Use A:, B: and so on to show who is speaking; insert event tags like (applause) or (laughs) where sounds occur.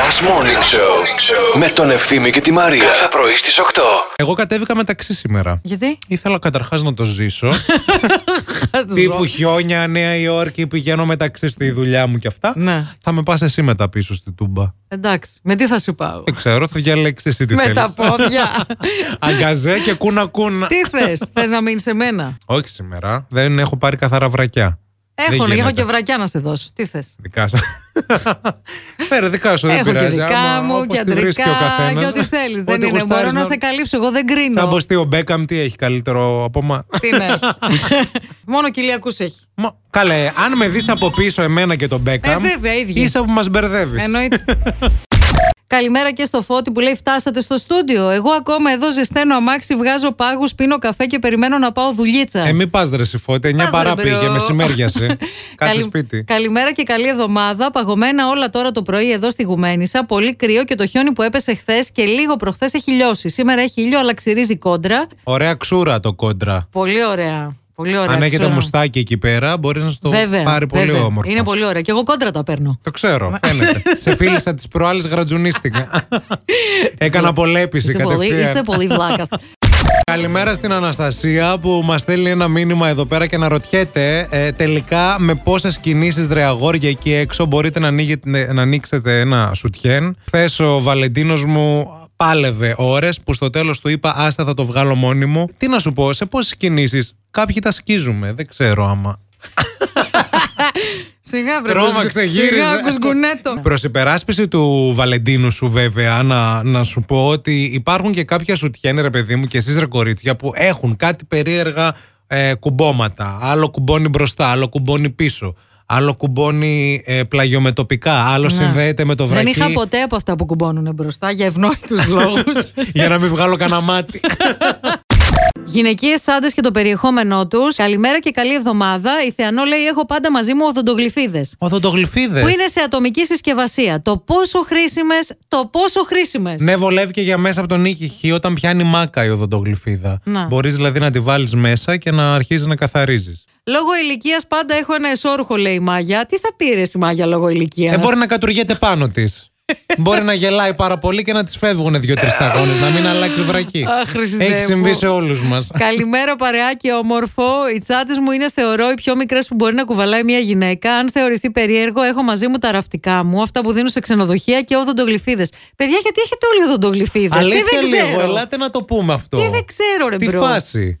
A: Last Morning Show με τον Ευθύμη και τη Μαρία. Κάθε πρωί στις 8.
B: Εγώ κατέβηκα μεταξύ σήμερα.
C: Γιατί?
B: Ήθελα καταρχάς να το
C: (laughs)
B: ζήσω.
C: Ας το ζω.
B: Τύπου χιόνια, Νέα Υόρκη, πηγαίνω μεταξύ στη δουλειά μου και αυτά.
C: Ναι.
B: Θα με πας εσύ μετά πίσω στη Τούμπα.
C: Εντάξει. Με τι θα σου πάω.
B: Δεν ξέρω, θα διαλέξεις εσύ τι
C: Με
B: θέλεις.
C: τα
B: (laughs)
C: πόδια.
B: Αγκαζέ και κούνα κούνα.
C: τι θες, θες να μείνεις σε μένα.
B: Όχι σήμερα. Δεν έχω πάρει καθαρά βρακιά.
C: Έχω,
B: Δεν
C: ναι, έχω
B: γίνεται.
C: και βρακιά να σε δώσω. Τι θες.
B: Δικά
C: (laughs)
B: σου. Φέρε δικά σου, δεν
C: Έχω και
B: πειράζει.
C: δικά
B: άμα
C: μου
B: όπως
C: και
B: τη βρίσκει ο
C: αντρικά
B: καθένας.
C: και ό,τι θέλεις. Δεν
B: Ό,τι
C: είναι. Μπορώ
B: γουστάρεις
C: να σε καλύψω. Εγώ δεν
B: Σαν
C: κρίνω.
B: πως τι ο Μπέκαμ τι έχει καλύτερο από
C: (laughs)
B: μα.
C: Τι να
B: (laughs)
C: έχει. Μόνο κοιλιακούς έχει.
B: Μα, καλέ, αν με δεις από πίσω εμένα και τον Μπέκαμ,
C: Ε, βέβαια, ίδιοι.
B: είσαι που μας μπερδεύεις. (laughs)
C: Εννοείται. Καλημέρα και στο φώτι που λέει: Φτάσατε στο στούντιο. Εγώ ακόμα εδώ ζεσταίνω αμάξι, βγάζω πάγους, πίνω καφέ και περιμένω να πάω δουλίτσα.
B: Ε, μην πας ρε Σιφώτη, 9
C: Πας,
B: παρά
C: ρε, μπρο.
B: πήγε,
C: (laughs)
B: μεσημέριασε. Κάτσε
C: Καλη-
B: σπίτι.
C: Καλημέρα και καλή εβδομάδα. Παγωμένα όλα τώρα το πρωί εδώ στη Γουμένισσα. Πολύ κρύο και το χιόνι που έπεσε χθες και λίγο προχθές έχει λιώσει. Σήμερα έχει ήλιο, αλλά ξυρίζει κόντρα.
B: Ωραία ξούρα το κόντρα.
C: Πολύ ωραία. Πολύ ωραία.
B: αν έχετε
C: ξέρω.
B: μουστάκι εκεί πέρα, μπορείς να στο
C: Βέβαια,
B: πάρει πολύ
C: βέβαια.
B: όμορφο.
C: Είναι πολύ ωραία. Και εγώ κόντρα τα παίρνω.
B: Το ξέρω,
C: (laughs)
B: φαίνεται. Σε φίλησα τις προάλλες γρατζουνίστηκα. Έκανα πολέπιση
C: Είστε πολύ, είστε
B: κατευθείαν.
C: πολύ
B: (laughs)
C: βλάκας.
B: Καλημέρα στην Αναστασία που μας στέλνει ένα μήνυμα εδώ πέρα και να ρωτιέται ε, τελικά με πόσες κινήσεις ρε αγόρια εκεί έξω μπορείτε να, ανοίγετε- να ανοίξετε ένα σουτιέν. Χθες ο Βαλεντίνος μου πάλευε ώρες που στο τέλος του είπα Άστα θα το βγάλω μόνη μου. Τι να σου πω, σε πόσες κινήσεις. Κάποιοι τα σκίζουμε, δεν ξέρω άμα.
C: Σιγά βρε.
B: Τρόμαξε,
C: κουσκου-
B: γύριζε.
C: Σιγά κουσκουνέτο.
B: Προς υπεράσπιση του Βαλεντίνου σου, βέβαια, να, να σου πω ότι υπάρχουν και κάποια σουτιέν, ρε παιδί μου, και εσείς ρε κορίτσια, που έχουν κάτι περίεργα ε, κουμπώματα. Άλλο κουμπώνει μπροστά, άλλο κουμπώνει πίσω. Άλλο κουμπώνει ε, πλαγιομετωπικά, άλλο συνδέεται με το
C: Ναι. Δεν
B: βρακί.
C: είχα ποτέ από αυτά που κουμπώνουν μπροστά για ευνόητους λόγους.
B: (laughs) Για να μην βγάλω κανένα
C: (laughs)
B: μάτι.
C: Γυναικείες άντρες και το περιεχόμενό τους. Καλημέρα και καλή εβδομάδα. Η Θεανό λέει: Έχω πάντα μαζί μου οδοντογλυφίδες.
B: Ε. Οθοντογλυφίδε.
C: Που είναι σε ατομική συσκευασία. Το πόσο χρήσιμες, το πόσο χρήσιμες.
B: Ναι, βολεύει και για μέσα από τον νίκη όταν πιάνει μάκα η οδοντογλυφίδα.
C: Να.
B: Μπορείς δηλαδή να τη βάλεις μέσα και να αρχίζεις να καθαρίζεις.
C: Λόγω ηλικίας πάντα έχω ένα εσόρουχο, λέει η Μάγια. Τι θα πήρες η Μάγια λόγω ηλικίας.
B: Ε, μπορεί να κατουργέται πάνω της.
C: (laughs)
B: μπορεί να γελάει πάρα πολύ και να της φεύγουν δύο-τρει σταγόνες, να μην αλλάξει βρακή.
C: Αχ, Χριστέ
B: Έχει
C: μου.
B: συμβεί σε όλους μας.
C: Καλημέρα, παρεάκι, όμορφο. Οι τσάντε μου είναι, θεωρώ, οι πιο μικρές που μπορεί να κουβαλάει μια γυναίκα. Αν θεωρηθεί περίεργο, έχω μαζί μου τα ραφτικά μου, αυτά που δίνουν σε ξενοδοχεία και οδοντογλυφίδες. Παιδιά, γιατί έχετε όλοι οδοντογλυφίδες. Τι
B: Αλήθεια
C: δεν
B: λίγο,
C: ξέρω.
B: ελάτε να το πούμε αυτό.
C: Τι δεν ξέρω, ρε
B: Τι
C: μπρο.
B: φάση.